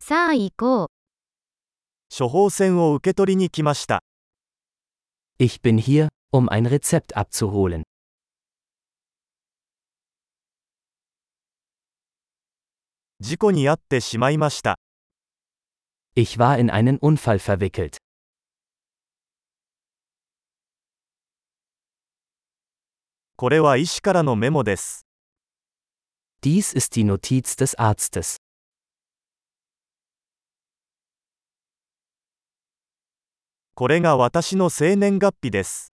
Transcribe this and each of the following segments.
さあ行こう。処方箋を受け取りに来ました。 Ich bin hier, um ein Rezept abzuholen. 事故に遭ってしまいました。 Ich war in einen Unfall verwickelt. これは医師からのメモです。 Dies ist die Notiz des Arztes. これが私の生年月日です。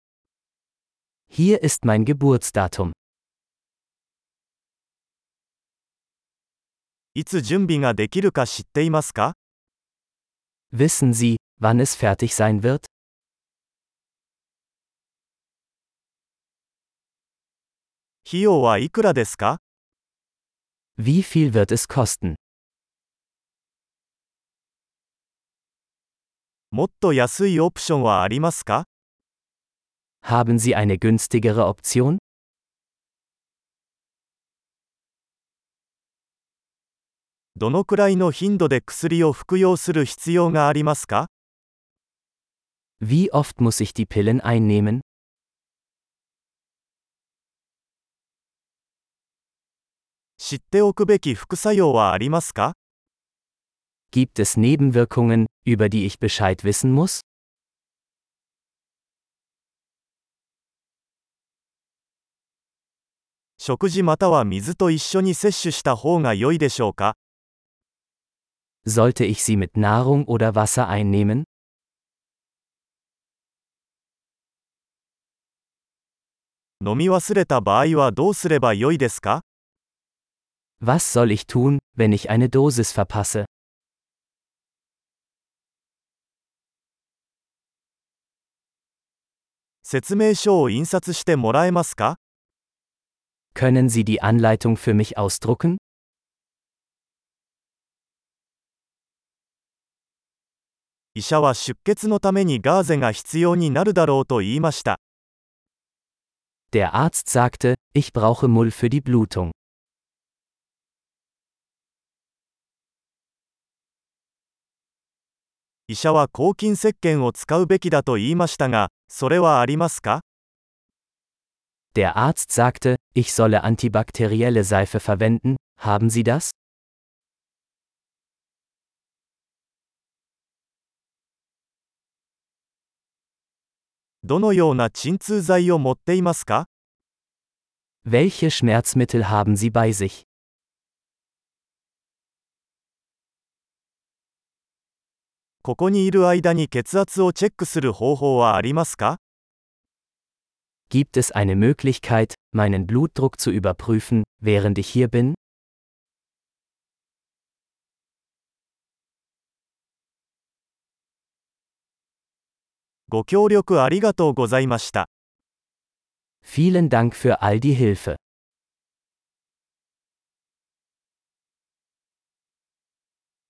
Hier ist mein Geburtsdatum. いつ準備ができるか知っていますか Wissen Sie, wann es fertig sein wird? 費用はいくらですか Wie viel wird es kosten? もっと安いオプションはありますか Haben Sie eine günstigere Option? どのくらいの頻度で薬を服用する必要がありますか Wie oft muss ich die Pillen einnehmen? 知っておくべき副作用はありますか Gibt es Nebenwirkungen, über die ich Bescheid wissen muss? 食事または水と一緒に摂取した方が良いでしょうか Sollte ich sie mit Nahrung oder Wasser einnehmen? 飲み忘れた場合はどうすれば良いですか Was soll ich tun, wenn ich eine Dosis verpasse? 説明書を印刷してもらえますか Können Sie die Anleitung für mich ausdrucken? 医者は出血のためにガーゼが必要になるだろうと言いました。 Der Arzt sagte, ich brauche Mull für die Blutung. 医者は抗菌石鹸を使うべきだと言いましたが、それはありますか Der Arzt sagte, ich solle antibakterielle Seife verwenden, haben Sie das? どのような鎮痛剤を持っていますか Welche Schmerzmittel haben Sie bei sich? ここにいる間に血圧をチェックする方法はありますか Gibt es eine Möglichkeit, meinen Blutdruck zu überprüfen, während ich hier bin? ご協力ありがとうございました。 Vielen Dank für all die Hilfe.